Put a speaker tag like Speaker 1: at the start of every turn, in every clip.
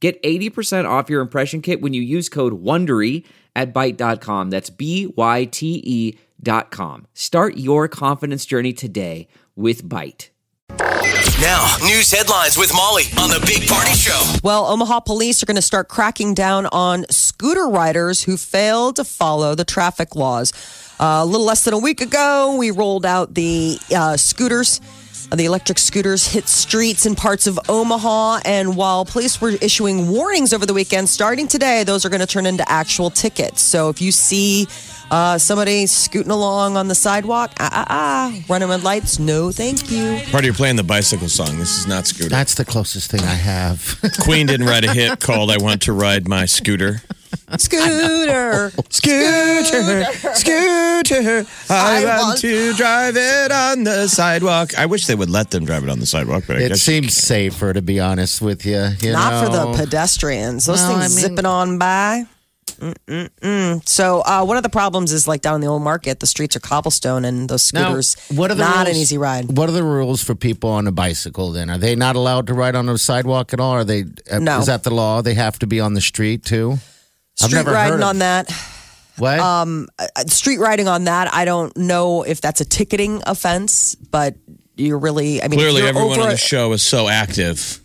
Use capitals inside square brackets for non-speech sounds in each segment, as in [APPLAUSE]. Speaker 1: Get 80% off your impression kit when you use code WONDERY at Byte.com. That's b y t e dot com. Start your confidence journey today with Byte.
Speaker 2: Now, news headlines with Molly on the Big Party Show.
Speaker 3: Well, Omaha police are going to start cracking down on scooter riders who fail to follow the traffic laws. Uh, a little less than a week ago, we rolled out the uh, scooters. Uh, The electric scooters hit streets in parts of Omaha, and while police were issuing warnings over the weekend, starting today, those are going to turn into actual tickets. So if you see uh, somebody scooting along on the sidewalk, ah, ah, ah, running red lights, no thank you.
Speaker 4: Party, you're playing the bicycle song. This is not scooter.
Speaker 5: That's the closest thing I have. [LAUGHS]
Speaker 4: Queen didn't write a hit called "I Want to Ride My Scooter."
Speaker 3: Scooter.
Speaker 4: Scooter, scooter,
Speaker 3: I want-
Speaker 4: to drive it on the sidewalk. I wish they would let them drive it on the sidewalk, but I
Speaker 5: it
Speaker 4: guess
Speaker 5: seems safer, to be honest with you. you
Speaker 3: Not for
Speaker 5: know?
Speaker 3: the pedestrians. Those
Speaker 5: No,
Speaker 3: things
Speaker 5: I mean-
Speaker 3: zipping on by. Mm-mm-mm. So uh, one of the problems is like down in the old market, the streets are cobblestone, and those
Speaker 5: Now,
Speaker 3: scooters.
Speaker 5: what are the
Speaker 3: not an
Speaker 5: rules-
Speaker 3: easy ride.
Speaker 5: What are the rules for people on a bicycle? Then are they not allowed to ride on the sidewalk at all? Are they? uh,
Speaker 3: No.
Speaker 5: Is that the law? They have to be on the street too. I've
Speaker 3: Street
Speaker 5: never heard
Speaker 3: riding
Speaker 5: of-
Speaker 3: on that.
Speaker 5: What?
Speaker 3: Uh, Street riding on that. I don't know if that's a ticketing offense, but you're really. I mean, if
Speaker 4: clearly
Speaker 3: you're
Speaker 4: everyone
Speaker 3: over,
Speaker 4: on the show is so active.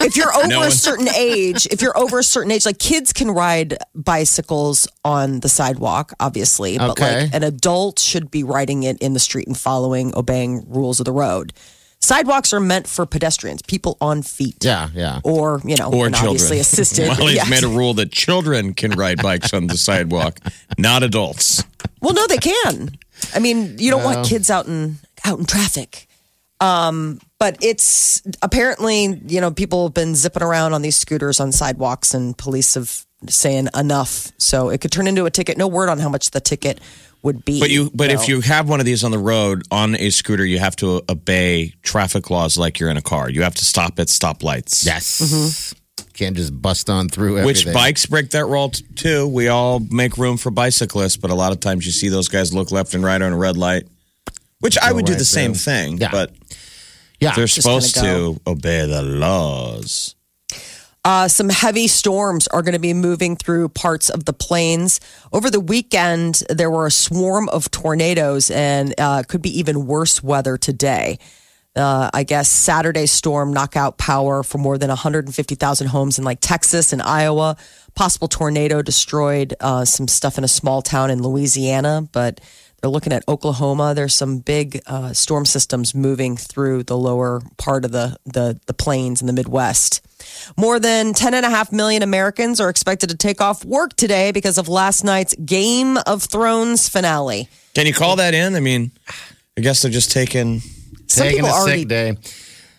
Speaker 3: if you're over
Speaker 4: [LAUGHS] No
Speaker 3: a
Speaker 4: one-
Speaker 3: certain age, if you're over a certain age, like kids can ride bicycles on the sidewalk, obviously, but
Speaker 5: Okay.
Speaker 3: like an adult should be riding it in the street and following, obeying rules of the road. Sidewalks are meant for pedestrians, people on feet.
Speaker 5: yeah, yeah.
Speaker 3: Or, you know,
Speaker 4: Or
Speaker 3: and
Speaker 4: children.
Speaker 3: obviously
Speaker 4: [LAUGHS]
Speaker 3: assisted.
Speaker 4: Molly's
Speaker 3: Yeah.
Speaker 4: made a rule that children can ride bikes on the sidewalk, not adults.
Speaker 3: Well, no, they can. I mean, you don't want kids out in out in traffic. Um, but it's apparently, you know, people have been zipping around on these scooters on sidewalks, and police have saying enough. So it could turn into a ticket. No word on how much the ticket would be.
Speaker 4: But you, but
Speaker 3: though.
Speaker 4: if you have one of these on the road on a scooter, you have to obey traffic laws like you're in a car. You have to stop at stoplights.
Speaker 5: Yes.
Speaker 3: Mm-hmm.
Speaker 5: Can't just bust on through.
Speaker 4: Which
Speaker 5: everything.
Speaker 4: bikes break that rule t- too? We all make room for bicyclists, but a lot of times you see those guys look left and right on a red light. Which I would do
Speaker 5: right
Speaker 4: the same
Speaker 5: through.
Speaker 4: thing,
Speaker 5: Yeah. Ah,
Speaker 4: but
Speaker 5: Yeah.
Speaker 4: they're
Speaker 3: gonna
Speaker 4: supposed to obey the laws.
Speaker 3: Uh, some heavy storms are going to be moving through parts of the plains. Over the weekend, there were a swarm of tornadoes, and uh, could be even worse weather today. Uh, I guess Saturday's storm knock out power for more than 150,000 homes in like Texas and Iowa. Possible tornado destroyed uh, some stuff in a small town in Louisiana, but they're looking at Oklahoma. There's some big uh, storm systems moving through the lower part of the, the, the plains in the Midwest. More than 10.5 million Americans are expected to take off work today because of last night's Game of Thrones finale.
Speaker 4: Can you call that in? I mean, I guess they're just taking.
Speaker 3: Some
Speaker 5: taking
Speaker 3: people
Speaker 5: a
Speaker 3: already
Speaker 5: sick day.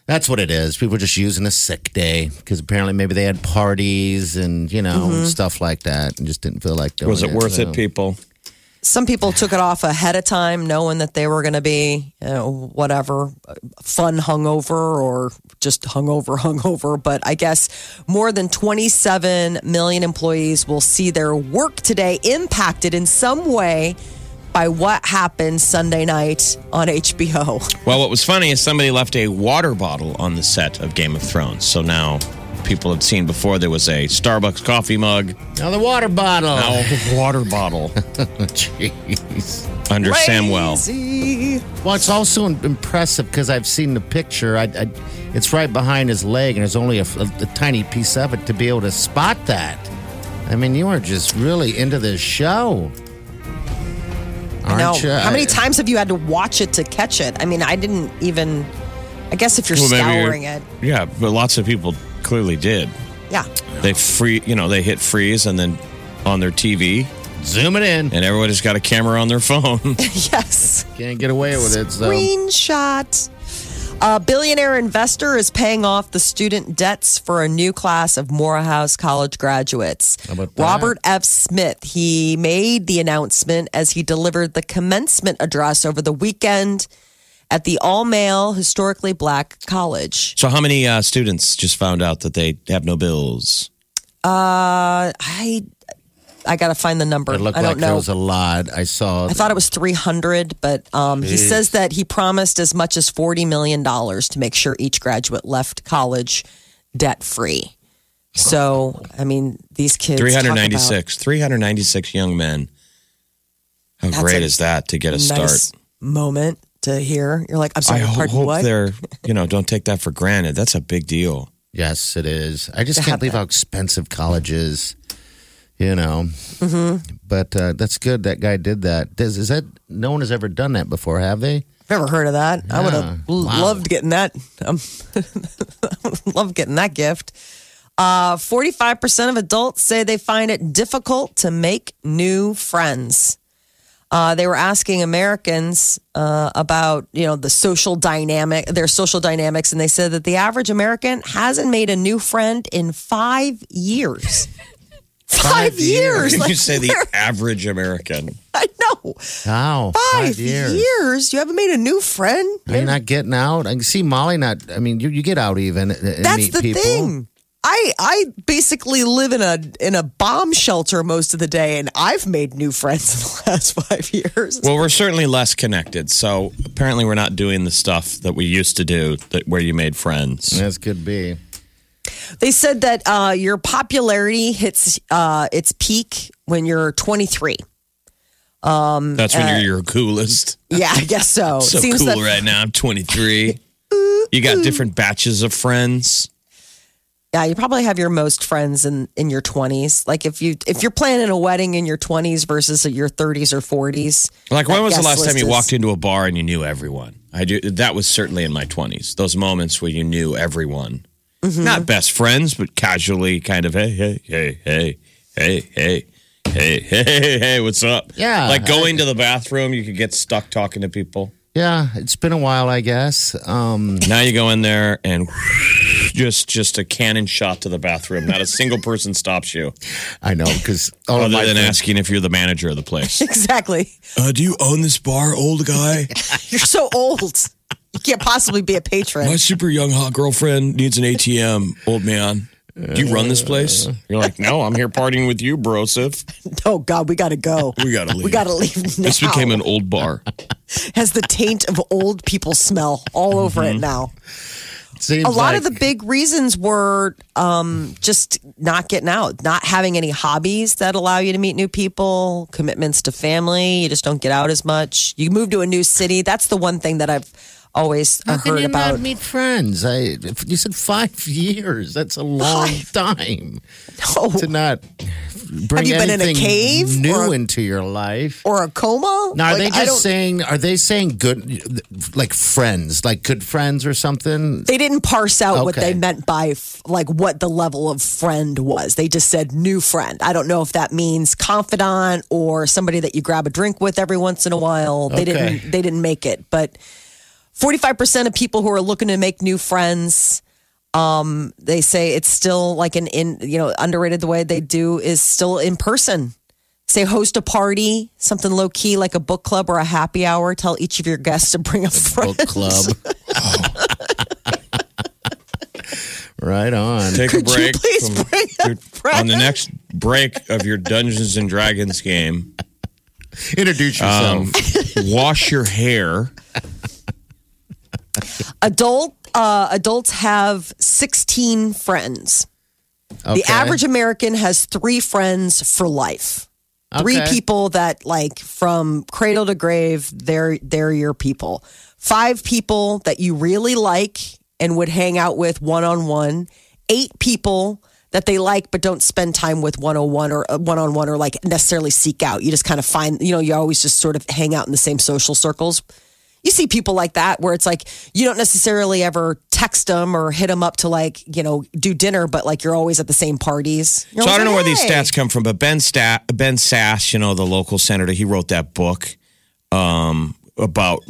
Speaker 5: That's what it is. People are just using a sick day because apparently maybe they had parties and you know
Speaker 3: Mm-hmm.
Speaker 5: stuff like that and just didn't feel like doing
Speaker 4: Was it worth
Speaker 5: so.
Speaker 4: it, people?
Speaker 3: some people took it off ahead of time, knowing that they were going to be you know, whatever fun hungover or just hungover, [LAUGHS] hungover. But I guess more than 27 million employees will see their work today impacted in some way by what happened Sunday night on HBO.
Speaker 4: Well, what was funny is somebody left a water bottle on the set of Game of Thrones. So now people have seen before there was a Starbucks coffee mug,
Speaker 5: Now the water bottle. [LAUGHS]
Speaker 4: now water bottle
Speaker 5: Jeez.
Speaker 4: under Samwell.
Speaker 3: Crazy.
Speaker 5: Well, it's also im- impressive because I've seen the picture. I, I, it's right behind his leg, and there's only a, a- a tiny piece of it to be able to spot that. I mean, you are just really into this show,
Speaker 3: No.
Speaker 5: aren't you?
Speaker 3: How many times have you had to watch it to catch it? I mean, I didn't even. I guess if you're
Speaker 4: Well, maybe
Speaker 3: scouring
Speaker 4: you're-
Speaker 3: it,
Speaker 4: Yeah, but lots of people clearly did.
Speaker 3: yeah. [LAUGHS]
Speaker 4: They free, you know, they hit freeze and then on their TV,
Speaker 5: Zoom it in.
Speaker 4: and everyone just got a camera on their [LAUGHS] phone.
Speaker 3: yes.
Speaker 5: Can't get away with it. So.
Speaker 3: Screenshot. A billionaire investor is paying off the student debts for a new class of Morehouse College graduates.
Speaker 5: about that?
Speaker 3: Robert F. Smith, he made the announcement as he delivered the commencement address over the weekend at the all male, historically black college.
Speaker 4: So, how many uh, students just found out that they have no bills?
Speaker 3: Uh, I I got to find the number.
Speaker 5: It looked
Speaker 3: I
Speaker 5: like
Speaker 3: don't
Speaker 5: there
Speaker 3: know.
Speaker 5: was a lot. I saw.
Speaker 3: I thought it was 300, but um, he says that he promised as much as $40 million to make sure each graduate left college debt free. So, I mean, these kids. talk about
Speaker 4: 396. 396 young men. How
Speaker 3: That's
Speaker 4: great
Speaker 3: a
Speaker 4: is that to get a
Speaker 3: nice
Speaker 4: start?
Speaker 3: moment to hear. You're like, I'm
Speaker 4: I
Speaker 3: sorry,
Speaker 4: ho-
Speaker 3: pardon
Speaker 4: hope
Speaker 3: what?
Speaker 4: they're, you know, don't take that for granted. That's a big deal.
Speaker 5: Yes, it is. I just
Speaker 3: To
Speaker 5: can't
Speaker 3: have
Speaker 5: believe how expensive college is. You know,
Speaker 3: Mm-hmm.
Speaker 5: but uh, that's good that guy did that. Does, is that no one has ever done that before? Have they?
Speaker 3: Never heard of that. I would have
Speaker 5: Yeah. Wow.
Speaker 3: loved getting that. Um, [LAUGHS] love getting that gift. Uh, 45% of adults say they find it difficult to make new friends. Uh, they were asking Americans uh, about you know the social dynamic, their social dynamics, and they said that the average American hasn't made a new friend in five years. [LAUGHS] five, years.
Speaker 4: you
Speaker 3: Like,
Speaker 4: say the average American.
Speaker 3: [LAUGHS] I know
Speaker 5: How?
Speaker 3: five, years. You haven't made a new friend.
Speaker 5: Are you not getting out? I can see Molly not. I mean, you, you get out even. And and
Speaker 3: That's
Speaker 5: meet
Speaker 3: the
Speaker 5: people.
Speaker 3: thing. I I basically live in a in a bomb shelter most of the day, and I've made new friends in [LAUGHS] the last five years.
Speaker 4: Well, we're certainly less connected. So apparently, we're not doing the stuff that we used to do that where you made friends.
Speaker 5: As could be.
Speaker 3: They said that uh, your popularity hits uh, its peak when you're 23.
Speaker 4: That's when you're your coolest.
Speaker 3: Yeah, I guess so.
Speaker 4: [LAUGHS] So
Speaker 3: It Mm. Uh, seems
Speaker 4: cool
Speaker 3: that
Speaker 4: right now.
Speaker 3: [LAUGHS]
Speaker 4: I'm 23. you got different batches of friends.
Speaker 3: yeah, you probably have your most friends in in your 20s. Like if you if you're planning a wedding in your 20s versus your 30s or 40s.
Speaker 4: Like, when
Speaker 3: that
Speaker 4: was the
Speaker 3: guest
Speaker 4: last time
Speaker 3: list
Speaker 4: you
Speaker 3: is-
Speaker 4: walked into a bar and you knew everyone? I do. That was certainly in my 20s. Those moments where you knew everyone,
Speaker 3: Mm-hmm.
Speaker 4: not best friends, but casually, kind of hey, hey, hey, hey, hey, hey. Hey, hey, hey, hey, what's up?
Speaker 5: Yeah,
Speaker 4: Like going to the bathroom, you could get stuck talking to people.
Speaker 5: Yeah, it's been a while, I guess. Um,
Speaker 4: Now you go in there and just just a cannon shot to the bathroom. Not a single person stops you,
Speaker 5: I know because all of
Speaker 4: other
Speaker 5: my
Speaker 4: than
Speaker 5: friends-
Speaker 4: asking if you're the manager of the place.
Speaker 3: [LAUGHS] Exactly.
Speaker 4: [LAUGHS] Uh, do you own this bar, old guy?
Speaker 3: You're so old. You can't possibly be a patron.
Speaker 4: super young hot girlfriend needs an ATM, old man. Do you run this place? You're like, no, I'm here partying with you, brosif.
Speaker 3: Oh God, we gotta go.
Speaker 4: [LAUGHS] We gotta leave.
Speaker 3: We gotta leave now.
Speaker 4: [LAUGHS] This became an old bar.
Speaker 3: has the taint of old people smell all over
Speaker 4: Mm-hmm.
Speaker 3: it now.
Speaker 5: seems
Speaker 3: A lot of the
Speaker 5: like-
Speaker 3: big reasons were um, just not getting out, not having any hobbies that allow you to meet new people, commitments to family. You just don't get out as much. You move to a new city. That's the one thing that I've always uh,
Speaker 5: How can
Speaker 3: heard
Speaker 5: you
Speaker 3: about.
Speaker 5: not meet friends? I you said five [LAUGHS] years. That's a long time
Speaker 3: Oh,
Speaker 5: to not bring
Speaker 3: you been in a
Speaker 5: anything
Speaker 3: cave
Speaker 5: new
Speaker 3: or-
Speaker 5: into your life.
Speaker 3: or a coma?
Speaker 5: Now, are
Speaker 3: Like,
Speaker 5: they
Speaker 3: I don't-
Speaker 5: just saying? Are they saying good, like friends, like good friends or something?
Speaker 3: They didn't parse out what they
Speaker 5: Okay.
Speaker 3: meant by f- like what the level of friend was. They just said new friend. I don't know if that means confidant or somebody that you grab a drink with every once in a while. They
Speaker 5: Okay.
Speaker 3: didn't they didn't make it, but 45% of people who are looking to make new friends um they say it's still like an in you know underrated the way they do is still in person. Say host a party, something low key like a book club or a happy hour. Tell each of your guests to bring a friend. [LAUGHS]
Speaker 5: Book club. [LAUGHS] right on.
Speaker 4: Take a break.
Speaker 3: Please
Speaker 4: from-
Speaker 3: bring a friend.
Speaker 4: on the next break of your Dungeons and Dragons game,
Speaker 5: Introduce yourself.
Speaker 4: um, wash your hair.
Speaker 3: Adult uh, adults have sixteen friends.
Speaker 5: okay.
Speaker 3: The average American has three friends for life. Three
Speaker 5: Okay.
Speaker 3: people that like from cradle to grave, they're they're your people. Five people that you really like and would hang out with one on one. Eight people that they like but don't spend time with one on one or one on one or like necessarily seek out. You just kind of find, you know, you always just sort of hang out in the same social circles. You see people like that where it's like you don't necessarily ever text them or hit them up to like, you know, do dinner, but like you're always at the same parties. You're
Speaker 4: So I don't know where
Speaker 3: always
Speaker 4: these
Speaker 3: like,
Speaker 4: stats come from, but Ben Stat, Ben Sass, you know the local senator, he wrote that book. Um, about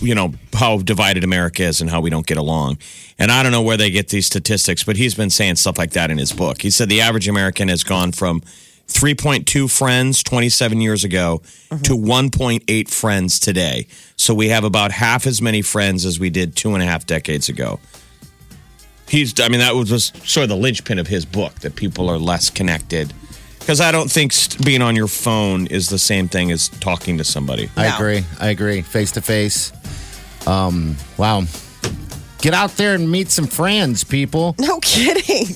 Speaker 4: you know how divided America is and how we don't get along. And I don't know where they get these statistics, but he's been saying stuff like that in his book. He said the average American has gone from 3.2 friends 27 years ago to 1.8 friends today. So we have about half as many friends as we did two and a half decades ago. He's, I mean, that was just sort of the linchpin of his book that people are less connected. Because I don't think st- being on your phone is the same thing as talking to somebody.
Speaker 5: I
Speaker 3: No.
Speaker 5: agree. I agree. Face to face. Um, wow. Get out there and meet some friends, people.
Speaker 3: [LAUGHS] No kidding.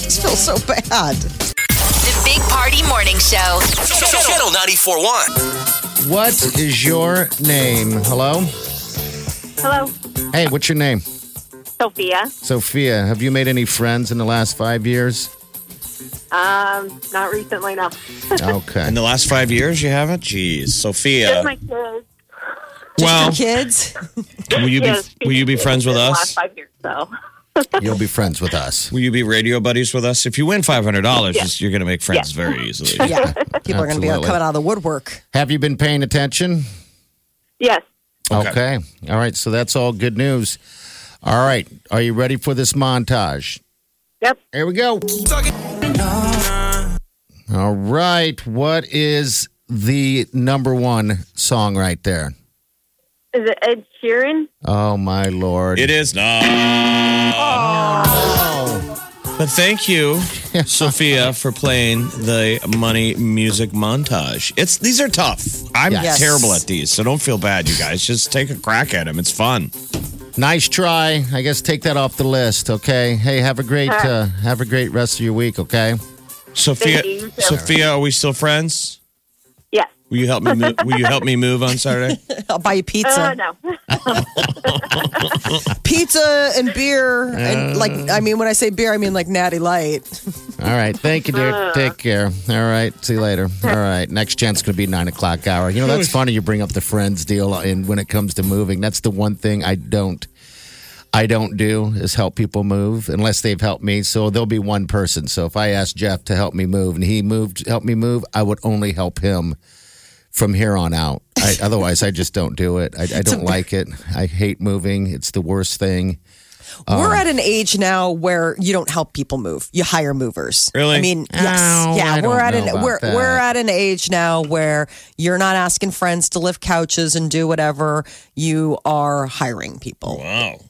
Speaker 3: this feels so bad.
Speaker 6: The Big Party Morning Show.
Speaker 2: Channel 94.1.
Speaker 5: What is your name? Hello?
Speaker 7: Hello,
Speaker 5: Hey, what's your name?
Speaker 7: Sophia.
Speaker 5: Sophia. Have you made any friends in the last five years?
Speaker 7: Um, not recently, no.
Speaker 5: Okay.
Speaker 4: [LAUGHS] In the last five years, you haven't? Jeez, Sophia.
Speaker 7: Just my kids.
Speaker 4: well,
Speaker 3: Kids?
Speaker 4: will you be
Speaker 7: Yes,
Speaker 4: will you be friends with
Speaker 7: in the
Speaker 4: us?
Speaker 7: Last five years, so
Speaker 5: You'll be friends with us.
Speaker 4: Will you be radio buddies with us? If you win five hundred dollars, you're going to make friends very easily.
Speaker 7: [LAUGHS]
Speaker 3: Yeah. People are going to be
Speaker 5: Absolutely.
Speaker 3: coming out of the woodwork.
Speaker 5: Have you been paying attention?
Speaker 7: yes.
Speaker 5: Okay.
Speaker 4: Okay.
Speaker 5: All right. So that's all good news. All right. Are you ready for this montage?
Speaker 7: Yep.
Speaker 5: Here we go. All right. What is the number one song right there?
Speaker 7: Is it Ed Sheeran?
Speaker 5: Oh, my Lord.
Speaker 4: It is not. But thank
Speaker 5: [LAUGHS]
Speaker 4: you, Sophia, for playing the money music montage. It's these are tough. I'm
Speaker 5: Yes.
Speaker 4: terrible at these, so don't feel bad, you guys. Just take a crack at them. It's fun.
Speaker 5: Nice try. I guess take that off the list, okay? Hey, have a great uh, have a great rest of your week, okay?
Speaker 4: Sophia,
Speaker 7: Thank you.
Speaker 4: Sophia, are we still friends?
Speaker 7: Yes.
Speaker 4: Will you help me? Move, will you help me move on Saturday?
Speaker 3: I'll buy you pizza.
Speaker 7: Uh, no.
Speaker 3: Pizza and beer.
Speaker 5: Uh.
Speaker 3: and like, I mean, when I say beer, I mean like Natty Light.
Speaker 5: All right. Thank you, dear. Take care. All right. See you later. All right. Next chance could be nine o'clock hour. You know, that's funny. You bring up the friends deal, and when it comes to moving, that's the one thing I don't, I don't do is help people move unless they've helped me. So there'll be one person. So if I asked Jeff to help me move and he moved, help me move, I would only help him from here on out. I, otherwise, I just don't do it. I, I don't like it. I hate moving. It's the worst thing. Uh.
Speaker 3: We're at an age now where you don't help people move; you hire movers.
Speaker 4: Really?
Speaker 3: I mean, yes,
Speaker 5: Oh,
Speaker 3: yeah.
Speaker 5: I
Speaker 3: we're
Speaker 5: don't
Speaker 3: at
Speaker 5: know
Speaker 3: an
Speaker 5: about
Speaker 3: we're
Speaker 5: that.
Speaker 3: we're at an age now where you're not asking friends to lift couches and do whatever. You are hiring people.
Speaker 4: Wow.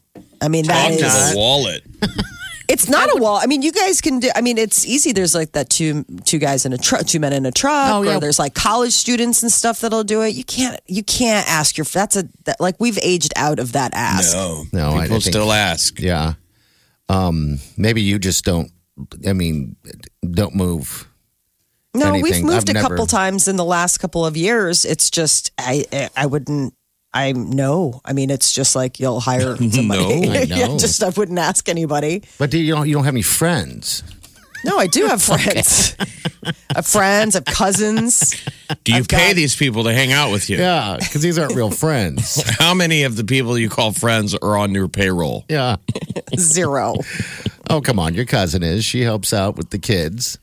Speaker 3: I mean, that
Speaker 4: Talk to
Speaker 3: is
Speaker 4: the wallet.
Speaker 3: it's not a wall. I mean, you guys can do. I mean, it's easy. There's like that two two guys in a truck, two men in a truck,
Speaker 5: Oh, yeah.
Speaker 3: or there's like college students and stuff that'll do it. You can't you can't ask your that's a that, like we've aged out of that ask.
Speaker 4: No,
Speaker 5: No, I- I
Speaker 4: people
Speaker 5: think-
Speaker 4: still ask.
Speaker 5: Yeah. Um, maybe you just don't. I mean, don't move.
Speaker 3: No, we've
Speaker 5: anything.
Speaker 3: moved
Speaker 5: I've
Speaker 3: a
Speaker 5: never-
Speaker 3: couple times in the last couple of years. It's just I I- I wouldn't I no. I mean, it's just like you'll
Speaker 5: [LAUGHS]
Speaker 3: hire somebody.
Speaker 5: I know.
Speaker 3: [LAUGHS] Yeah, just I wouldn't ask anybody.
Speaker 5: But do you don't you don't have any friends?
Speaker 3: No, I do have friends. [LAUGHS] I have friends, I have
Speaker 5: [LAUGHS]
Speaker 3: cousins.
Speaker 4: Do you
Speaker 3: I've
Speaker 4: pay
Speaker 3: got-
Speaker 4: these people to hang out with you?
Speaker 5: Yeah, because these aren't real friends.
Speaker 4: How many of the people you call friends are on your payroll?
Speaker 5: [LAUGHS] Yeah.
Speaker 3: Zero.
Speaker 5: Oh, come on. Your cousin is. She helps out with the kids.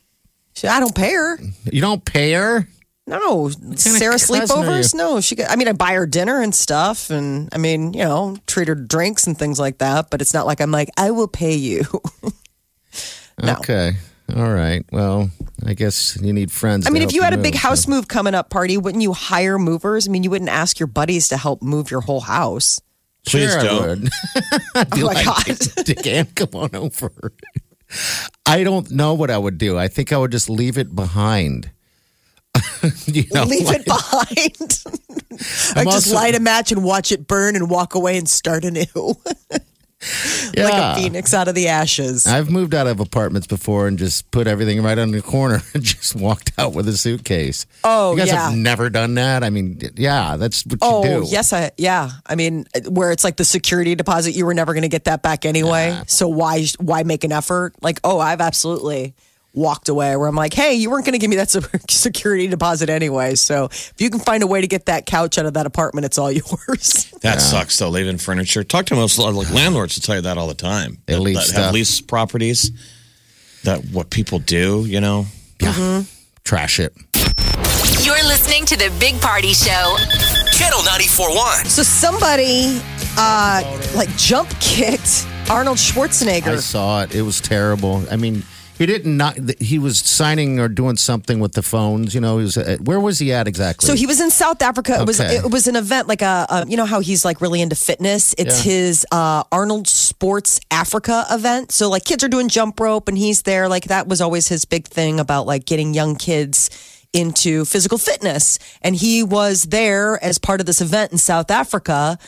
Speaker 3: She- I don't pay her.
Speaker 5: You don't pay her.
Speaker 3: No, Sarah
Speaker 5: cousin are
Speaker 3: sleepovers. No, she. Got, I mean, I buy her dinner and stuff, and I mean, you know, treat her drinks and things like that. But it's not like I'm like, I will pay you. [LAUGHS] no,
Speaker 5: Okay. All right. Well, I guess you need friends.
Speaker 3: I
Speaker 5: to
Speaker 3: mean, if
Speaker 5: help
Speaker 3: you had a big
Speaker 5: move.
Speaker 3: house move coming up party, wouldn't you hire movers? I mean, you wouldn't ask your buddies to help move your whole
Speaker 5: [LAUGHS]
Speaker 3: house.
Speaker 4: Please
Speaker 5: Sure, I
Speaker 4: don't.
Speaker 5: would. [LAUGHS] I'd be
Speaker 3: Oh, my [LAUGHS]
Speaker 5: like,
Speaker 3: God.
Speaker 5: Dick Ann, come on over. I don't know what I would do. I think I would just leave it behind. [LAUGHS] you know,
Speaker 3: Leave
Speaker 5: like-
Speaker 3: it behind. [LAUGHS] or just
Speaker 5: also-
Speaker 3: light a match and watch it burn and walk away and start anew, [LAUGHS]
Speaker 5: Yeah.
Speaker 3: like a phoenix out of the ashes.
Speaker 5: I've moved out of apartments before and just put everything right on the corner [LAUGHS] and just walked out with a suitcase.
Speaker 3: Oh,
Speaker 5: you guys have
Speaker 3: yeah.
Speaker 5: never done that. I mean, yeah, that's what
Speaker 3: Oh
Speaker 5: you do.
Speaker 3: yes, I yeah. I mean, where it's like the security deposit, you were never going to get that back anyway. So why why make an effort? Like, oh, I've absolutely walked away where I'm like, hey, you weren't going to give me that [LAUGHS] se- security deposit anyway. So if you can find a way to get that couch out of that apartment, it's all [LAUGHS] yours.
Speaker 4: That sucks though. Leaving furniture. Talk to most like landlords will tell you that all the time.
Speaker 5: They
Speaker 4: that,
Speaker 5: leave
Speaker 4: that
Speaker 5: stuff.
Speaker 4: have lease properties. That what people do, you know.
Speaker 5: Yeah. Trash it.
Speaker 6: You're listening to the Big Party Show.
Speaker 2: Channel 941.
Speaker 3: So somebody uh, like jump kicked Arnold Schwarzenegger.
Speaker 5: I saw it. It was terrible. I mean, he didn't not. He was signing or doing something with the phones. You know, he was. At, where was he at exactly?
Speaker 3: So he was in South Africa. It was
Speaker 5: Okay.
Speaker 3: it was an event like a, a you know how he's like really into fitness. It's
Speaker 5: Yeah.
Speaker 3: his uh, Arnold Sports Africa event. So like kids are doing jump rope and he's there. Like that was always his big thing about like getting young kids into physical fitness. And he was there as part of this event in South Africa.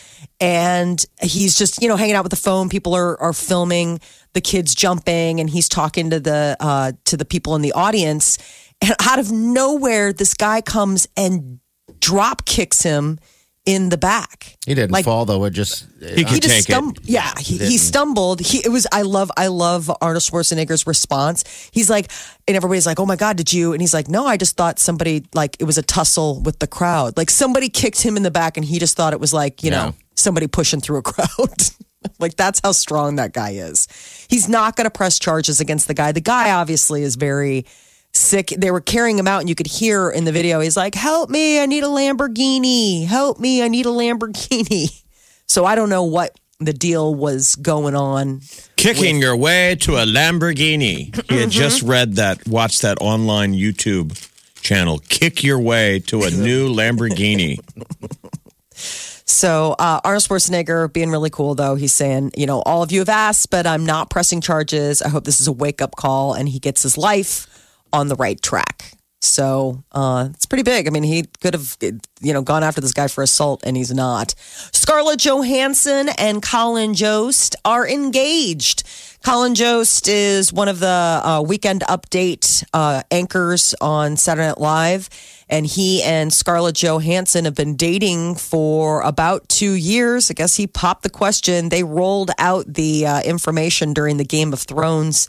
Speaker 3: And he's just you know hanging out with the phone. People are are filming the kids jumping and he's talking to the uh, to the people in the audience. And out of nowhere, this guy comes and drop kicks him in the back.
Speaker 5: He didn't
Speaker 3: like-
Speaker 5: fall though. It just. uh,
Speaker 4: He could take it.
Speaker 3: Yeah, he, he stumbled. He it was. I love. I love Arnold Schwarzenegger's response. He's like, and everybody's like, "Oh my god, did you?" And he's like, "No, I just thought somebody like it was a tussle with the crowd. Like somebody kicked him in the back, and he just thought it was like you know somebody pushing through a crowd." [LAUGHS] like that's how strong that guy is. He's not going to press charges against the guy. The guy obviously is very. Sick. They were carrying him out, and you could hear in the video, he's like, Help me, I need a Lamborghini. Help me, I need a Lamborghini. [LAUGHS] So I don't know what the deal was going on.
Speaker 4: Kicking your way to a Lamborghini. He had just read that, watched that online YouTube channel. Kick your way to a new Lamborghini.
Speaker 3: So uh, Arnold Schwarzenegger being really cool though. He's saying, you know, all of you have asked, but I'm not pressing charges. I hope this is a wake up call and he gets his life on the right track. So uh, it's pretty big. I mean, he could have, you know, gone after this guy for assault, and he's not. Scarlett Johansson and Colin Jost are engaged. Colin Jost is one of the uh, Weekend Update uh, anchors on Saturday Night Live, and he and Scarlett Johansson have been dating for about two years. I guess he popped the question. They rolled out the uh, information during the Game of Thrones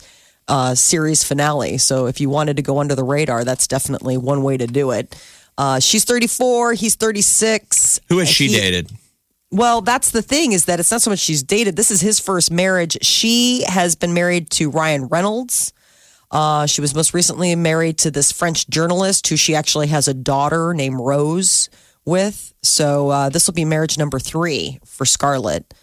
Speaker 3: uh, series finale. So if you wanted to go under the radar, that's definitely one way to do it. Uh, she's 34, he's 36.
Speaker 4: Who has she
Speaker 3: He-
Speaker 4: dated?
Speaker 3: Well, that's the thing is that it's not so much she's dated. This is his first marriage. She has been married to Ryan Reynolds. Uh, she was most recently married to this French journalist who she actually has a daughter named Rose with. So uh, this will be marriage number three for Scarlett.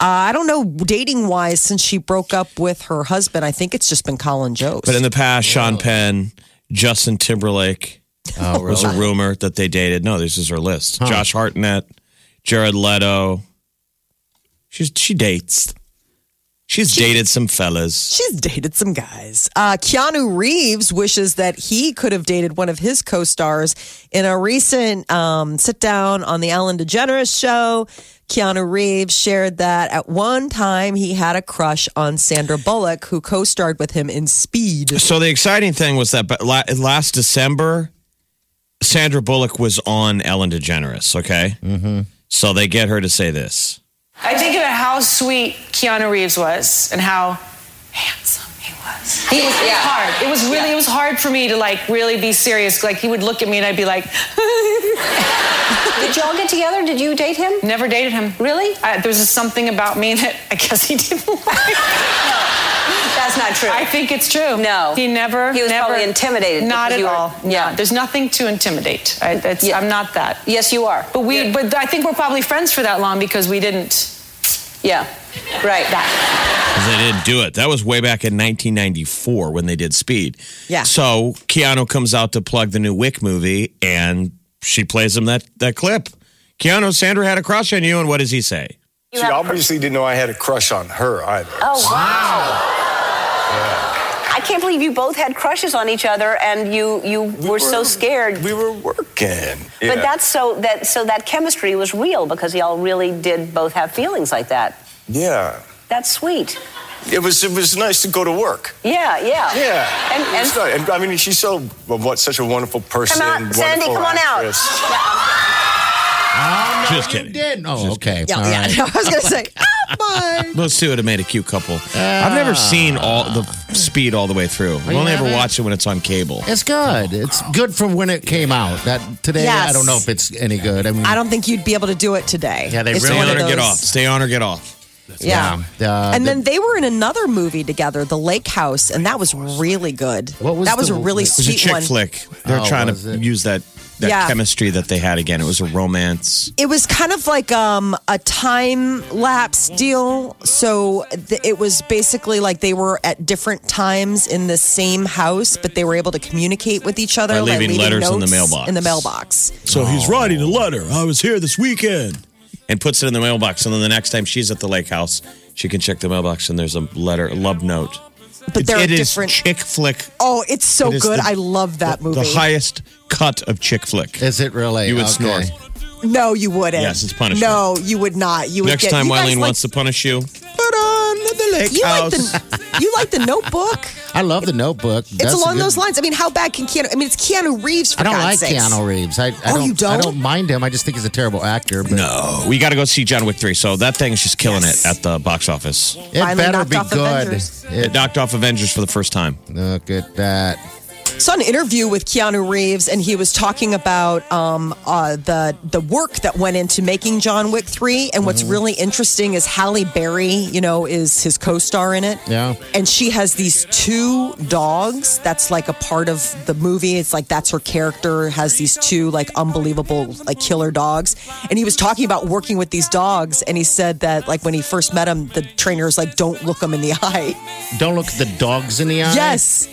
Speaker 3: Uh, I don't know dating wise since she broke up with her husband. I think it's just been Colin Jost.
Speaker 4: But in the past, Sean Penn, Justin Timberlake. was a rumor that they dated. No, this is her list. Josh Hartnett, Jared Leto. She's she dates. She's dated some fellas.
Speaker 3: She's dated some guys. Uh, Keanu Reeves wishes that he could have dated one of his co stars. In a recent um, sit down on the Ellen DeGeneres show, Keanu Reeves shared that at one time he had a crush on Sandra Bullock, who co starred with him in Speed.
Speaker 4: So the exciting thing was that but la- last December, Sandra Bullock was on Ellen DeGeneres. Okay, mm-hmm. so they get her to say this.
Speaker 8: I think about how sweet Keanu Reeves was and how handsome he was. He was hard. It was really it was hard for me to like really be serious. Like he would look at me and I'd be like, [LAUGHS]
Speaker 9: Did y'all get together? Did you date him?
Speaker 8: never dated him.
Speaker 9: Really?
Speaker 8: I, there's just something about me that I guess he didn't [LAUGHS] like.
Speaker 9: That's not true.
Speaker 8: I think it's true.
Speaker 9: No.
Speaker 8: he never.
Speaker 9: He was
Speaker 8: never,
Speaker 9: probably intimidated
Speaker 8: Not
Speaker 9: because
Speaker 8: at
Speaker 9: you were-
Speaker 8: all.
Speaker 9: yeah.
Speaker 8: No, there's nothing to intimidate. I, that's,
Speaker 9: Yeah.
Speaker 8: I'm not that.
Speaker 9: yes, you are.
Speaker 8: But we.
Speaker 9: Yeah.
Speaker 8: But I think we're probably friends for that long because we didn't.
Speaker 9: yeah. Right.
Speaker 4: 'Cause They didn't do it. That was way back in 1994 when they did Speed.
Speaker 3: Yeah.
Speaker 4: So Keanu comes out to plug the new Wick movie, and she plays him that that clip. Keanu, Sandra had a crush on you, and what does he say?
Speaker 10: She obviously didn't know I had a crush on her either.
Speaker 9: Oh wow. I can't believe you both had crushes on each other and you you were, so scared.
Speaker 10: We were working. Yeah.
Speaker 9: But that's so that so that chemistry was real because y'all really did both have feelings like that.
Speaker 10: yeah.
Speaker 9: That's sweet.
Speaker 10: It was it was nice to go to work.
Speaker 9: Yeah, yeah.
Speaker 10: Yeah.
Speaker 9: And and
Speaker 10: It's not- and I mean she's so well, what such a wonderful person.
Speaker 9: out,
Speaker 10: wonderful
Speaker 9: Sandy, come on out.
Speaker 10: actress.
Speaker 5: Oh, no,
Speaker 4: Just
Speaker 5: you
Speaker 4: kidding.
Speaker 5: Didn't. Oh, okay.
Speaker 3: Yeah,
Speaker 5: All
Speaker 3: yeah. [LAUGHS]
Speaker 5: right.
Speaker 3: I was going to say, oh my.
Speaker 4: Those two would have made a cute couple. I've never
Speaker 3: Ah.
Speaker 4: seen all the Speed all the way through. I've only ever
Speaker 5: haven't?
Speaker 4: watched it when it's on cable.
Speaker 5: It's good. It's good for when it came out. That today,
Speaker 3: Yes.
Speaker 5: I don't know if it's any good. I mean,
Speaker 3: I don't think you'd be able to do it today.
Speaker 5: Yeah, they
Speaker 3: It's
Speaker 4: Stay
Speaker 5: really
Speaker 3: one
Speaker 4: on
Speaker 3: of
Speaker 4: or get
Speaker 3: those-
Speaker 4: off. Stay on or get off.
Speaker 3: Yeah.
Speaker 5: Uh,
Speaker 3: and then they were in another movie together, The Lake House, and that was really good.
Speaker 5: What was
Speaker 3: that was
Speaker 5: the-
Speaker 3: a really
Speaker 5: it
Speaker 4: It
Speaker 5: was
Speaker 4: was a
Speaker 3: sweet
Speaker 4: chick
Speaker 3: one.
Speaker 4: flick. They're
Speaker 5: Oh,
Speaker 4: trying
Speaker 5: was
Speaker 4: to
Speaker 5: it?
Speaker 4: use that that
Speaker 3: Yeah.
Speaker 4: chemistry that they had again. It was a romance.
Speaker 3: it was kind of like um, a time lapse deal. So th- it was basically like they were at different times in the same house, but they were able to communicate with each other
Speaker 4: By leaving letters in the
Speaker 3: notes
Speaker 4: mailbox.
Speaker 3: In the mailbox.
Speaker 4: So he's writing a letter. I was here this weekend. Oh. And puts it in the mailbox. And then the next time she's at the lake house, she can check the mailbox and there's a letter, a love note.
Speaker 3: But there
Speaker 4: it
Speaker 3: are
Speaker 4: is
Speaker 3: different-
Speaker 4: chick flick.
Speaker 3: Oh, it's so
Speaker 4: It is
Speaker 3: good!
Speaker 4: the-
Speaker 3: I love that movie.
Speaker 4: The highest cut of chick flick.
Speaker 5: Is it really?
Speaker 4: You would
Speaker 5: Okay.
Speaker 4: snort.
Speaker 3: no, you wouldn't.
Speaker 4: Yes, it's punishment.
Speaker 3: No, you would not. You would
Speaker 4: Next
Speaker 3: get,
Speaker 4: time
Speaker 3: you guys
Speaker 4: Wileen
Speaker 3: like-
Speaker 4: wants to punish you, put on the lake
Speaker 3: You like
Speaker 4: house.
Speaker 3: the you
Speaker 4: [LAUGHS]
Speaker 3: like the Notebook.
Speaker 5: I love the Notebook.
Speaker 3: It's along those lines. I mean, how bad can Keanu? I mean, it's Keanu Reeves. For
Speaker 5: I don't like
Speaker 3: God's sakes.
Speaker 5: Keanu Reeves. I, I
Speaker 3: Oh,
Speaker 5: don't,
Speaker 3: you
Speaker 5: I
Speaker 3: don't?
Speaker 5: don't mind him. I just think he's a terrible actor. But
Speaker 4: no, we got to go see John Wick 3. So that thing is just killing
Speaker 3: Yes.
Speaker 4: it at the box office.
Speaker 5: it
Speaker 3: Finally
Speaker 5: better
Speaker 3: knocked
Speaker 5: be
Speaker 3: off
Speaker 5: good.
Speaker 3: Avengers.
Speaker 5: It-
Speaker 4: It knocked off Avengers for the first time.
Speaker 5: look at that.
Speaker 3: saw an interview with Keanu Reeves, and he was talking about um, uh, the the work that went into making John Wick three. And what's really interesting is Halle Berry, you know, is his co-star in it.
Speaker 5: Yeah.
Speaker 3: and she has these two dogs. That's like a part of the movie. It's like that's her character has these two like unbelievable like killer dogs. And he was talking about working with these dogs, and he said that like when he first met him, the trainer was like, "Don't look him in the [LAUGHS] eye."
Speaker 5: Don't look at the dogs in the eye.
Speaker 3: Yes.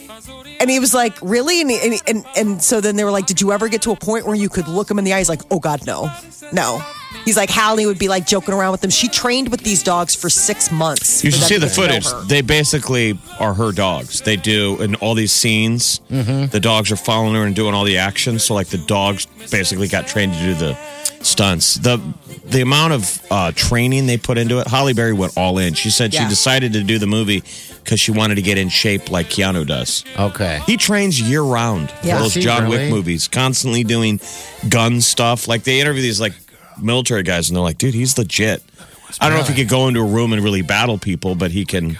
Speaker 3: And he was like, really? And, and, and, and so then they were like, did you ever get to a point where you could look him in the eye? He's like, oh God, no, no. He's like, Hallie would be like joking around with them. She trained with these dogs for six months.
Speaker 4: You
Speaker 3: for
Speaker 4: should
Speaker 3: them
Speaker 4: see
Speaker 3: to
Speaker 4: the
Speaker 3: get to know
Speaker 4: footage.
Speaker 3: her.
Speaker 4: They basically are her dogs. They do in all these scenes. The dogs are following her and doing all the action. So like the dogs basically got trained to do the stunts. The the amount of uh, training they put into it. Holly Berry went all in. She said she
Speaker 3: Yeah.
Speaker 4: decided to do the movie because she wanted to get in shape like Keanu does.
Speaker 5: Okay.
Speaker 4: He trains year round
Speaker 3: Yeah.
Speaker 4: for those
Speaker 5: Does he
Speaker 4: John
Speaker 5: really?
Speaker 4: Wick movies, constantly doing gun stuff. Like they interview these like military guys, and they're like, "Dude, he's legit." I don't know if he could go into a room and really battle people, but he can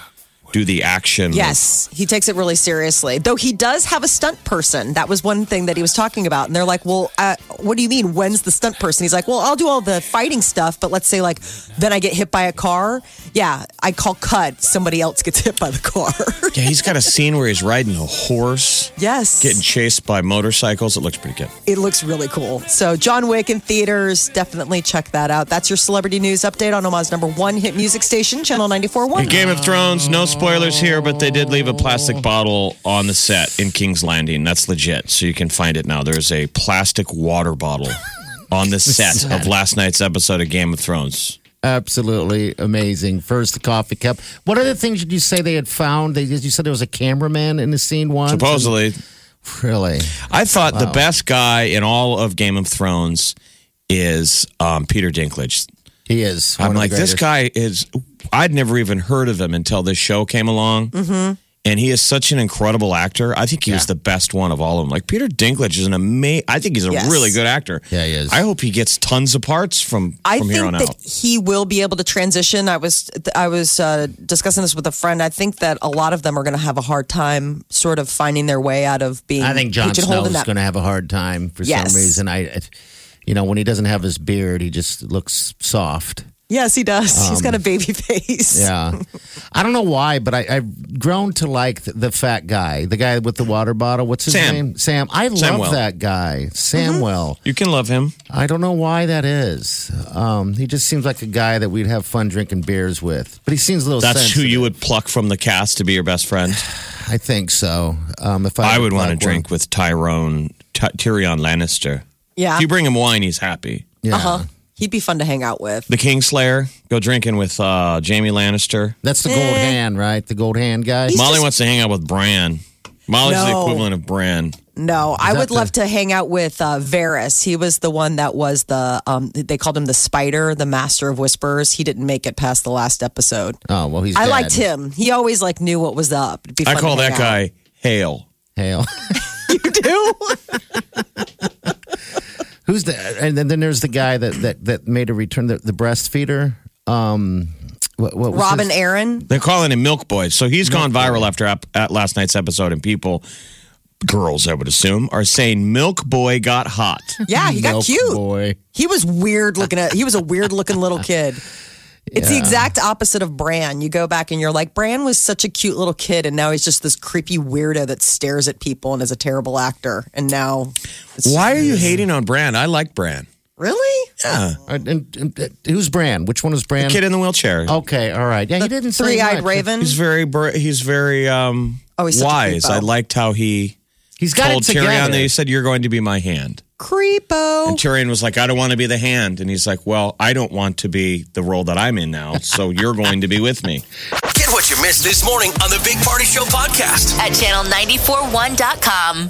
Speaker 4: do the action.
Speaker 3: Yes, he takes it really seriously. Though he does have a stunt person. That was one thing that he was talking about. And they're like, well, uh, what do you mean? When's the stunt person? He's like, well, I'll do all the fighting stuff, but let's say, like, then I get hit by a car. Yeah, I call cut. Somebody else gets [LAUGHS] hit by the car.
Speaker 4: Yeah, he's got a scene where he's riding a horse,
Speaker 3: yes.
Speaker 4: getting chased by motorcycles. It looks pretty good.
Speaker 3: it looks really cool. So, John Wick in theaters, definitely check that out. That's your celebrity news update on Omaha's number one hit music station, Channel 94.1.
Speaker 4: Game of Thrones, no spoilers here, but they did leave a plastic bottle on the set in King's Landing. That's legit. So you can find it now. There's a plastic water bottle on the set of last night's episode of Game of Thrones.
Speaker 5: Absolutely amazing. First, the coffee cup. What other things did you say they had found? They, you said there was a cameraman in the scene once.
Speaker 4: Supposedly,
Speaker 5: Really?
Speaker 4: I thought the best guy in all of Game of Thrones is um, Peter Dinklage.
Speaker 5: He is. one
Speaker 4: I'm
Speaker 5: of the
Speaker 4: like, this
Speaker 5: greatest.
Speaker 4: guy is, I'd never even heard of him until this show came along. Mm-hmm. And he is such an incredible actor. I think he was the best one of all of them. Like, Peter Dinklage is an amazing, I think he's a
Speaker 3: Yes.
Speaker 4: really good actor.
Speaker 5: Yeah, he is.
Speaker 4: I hope he gets tons of parts from,
Speaker 3: I
Speaker 4: from here
Speaker 3: think
Speaker 4: on
Speaker 3: that
Speaker 4: out.
Speaker 3: he will be able to transition. I was I was uh, discussing this with a friend. I think that a lot of them are going to have a hard time sort of finding their way out of being.
Speaker 5: I think Jon Snow
Speaker 3: pigeonholed in
Speaker 5: is
Speaker 3: that.
Speaker 5: going to have a hard time for
Speaker 3: Yes.
Speaker 5: some reason. I, I- you know, when he doesn't have his beard, he just looks soft.
Speaker 3: Yes, he does. He's got a baby [LAUGHS] face.
Speaker 5: Um, Yeah, I don't know why, but I, I've grown to like the, the fat guy, the guy with the water bottle. What's his
Speaker 4: Sam.
Speaker 5: name? Sam. I
Speaker 4: Samwell. Mm-hmm.
Speaker 5: love that guy, Samwell.
Speaker 4: You can love him.
Speaker 5: I don't know why that is. Um, he just seems like a guy that we'd have fun drinking beers with, but he seems a little.
Speaker 4: That's who
Speaker 5: sensitive.
Speaker 4: you would pluck from the cast to be your best friend.
Speaker 5: I think so. Um, if [SIGHS] I,
Speaker 4: I would want to
Speaker 5: like
Speaker 4: drink
Speaker 5: one.
Speaker 4: with Tyrone, Ty- Tyrion Lannister.
Speaker 3: Yeah.
Speaker 4: If you bring him wine, he's happy.
Speaker 5: Yeah.
Speaker 3: Uh-huh. He'd be fun to hang out with.
Speaker 4: The Kingslayer, go drinking with uh, Jamie Lannister.
Speaker 5: That's the gold hand, right? The gold hand guy.
Speaker 4: Molly
Speaker 3: just-
Speaker 4: wants to hang out with Bran. Molly's the
Speaker 3: No.
Speaker 4: equivalent of Bran.
Speaker 3: No, I would
Speaker 5: the-
Speaker 3: love to hang out with uh, Varys. He was the one that was the um, they called him the Spider, the Master of Whispers. He didn't make it past the last episode.
Speaker 5: Oh well, he's.
Speaker 3: I
Speaker 5: dead.
Speaker 3: liked him. He always like knew what was up. It'd be
Speaker 4: I
Speaker 3: fun to
Speaker 4: call that
Speaker 3: hang out.
Speaker 4: guy Hale.
Speaker 5: Hale.
Speaker 3: [LAUGHS] You do.
Speaker 5: Who's the and then, then there's the guy that that that made a return the, the breastfeeder. Um, what, what was
Speaker 3: Robin
Speaker 5: his-
Speaker 3: Aaron.
Speaker 4: They're calling him Milk Boy. So he's gone viral after ap- at last night's episode, and people, girls, I would assume, are saying Milk Boy got hot.
Speaker 3: Yeah, he got
Speaker 5: Milk
Speaker 3: cute.
Speaker 5: Boy.
Speaker 3: He was weird looking at he was a weird looking little kid. It's the exact opposite of Bran. You go back and you're like, Bran was such a cute little kid, and now he's just this creepy weirdo that stares at people and is a terrible actor. And now,
Speaker 4: Why are you hating on Bran? I like Bran.
Speaker 3: really?
Speaker 4: Yeah.
Speaker 5: And, and, and who's Bran? Which one is Bran?
Speaker 4: Kid in the wheelchair.
Speaker 5: Okay, all right. Yeah, he didn't say
Speaker 3: Three-eyed
Speaker 5: much.
Speaker 3: Raven.
Speaker 4: He's very bra- he's very um
Speaker 3: Oh, he's such a
Speaker 4: wise.
Speaker 3: creepo.
Speaker 4: I liked how he
Speaker 5: He's got
Speaker 4: told
Speaker 5: it together.
Speaker 4: Tyrion that he said you're going to be my hand. And
Speaker 3: Creepo.
Speaker 4: Tyrion was like, I don't want to be the hand. And he's like, Well, I don't want to be the role that I'm in now, so you're going to be with me.
Speaker 2: Get what you missed this morning on the Big Party Show podcast.
Speaker 6: at channel941.com.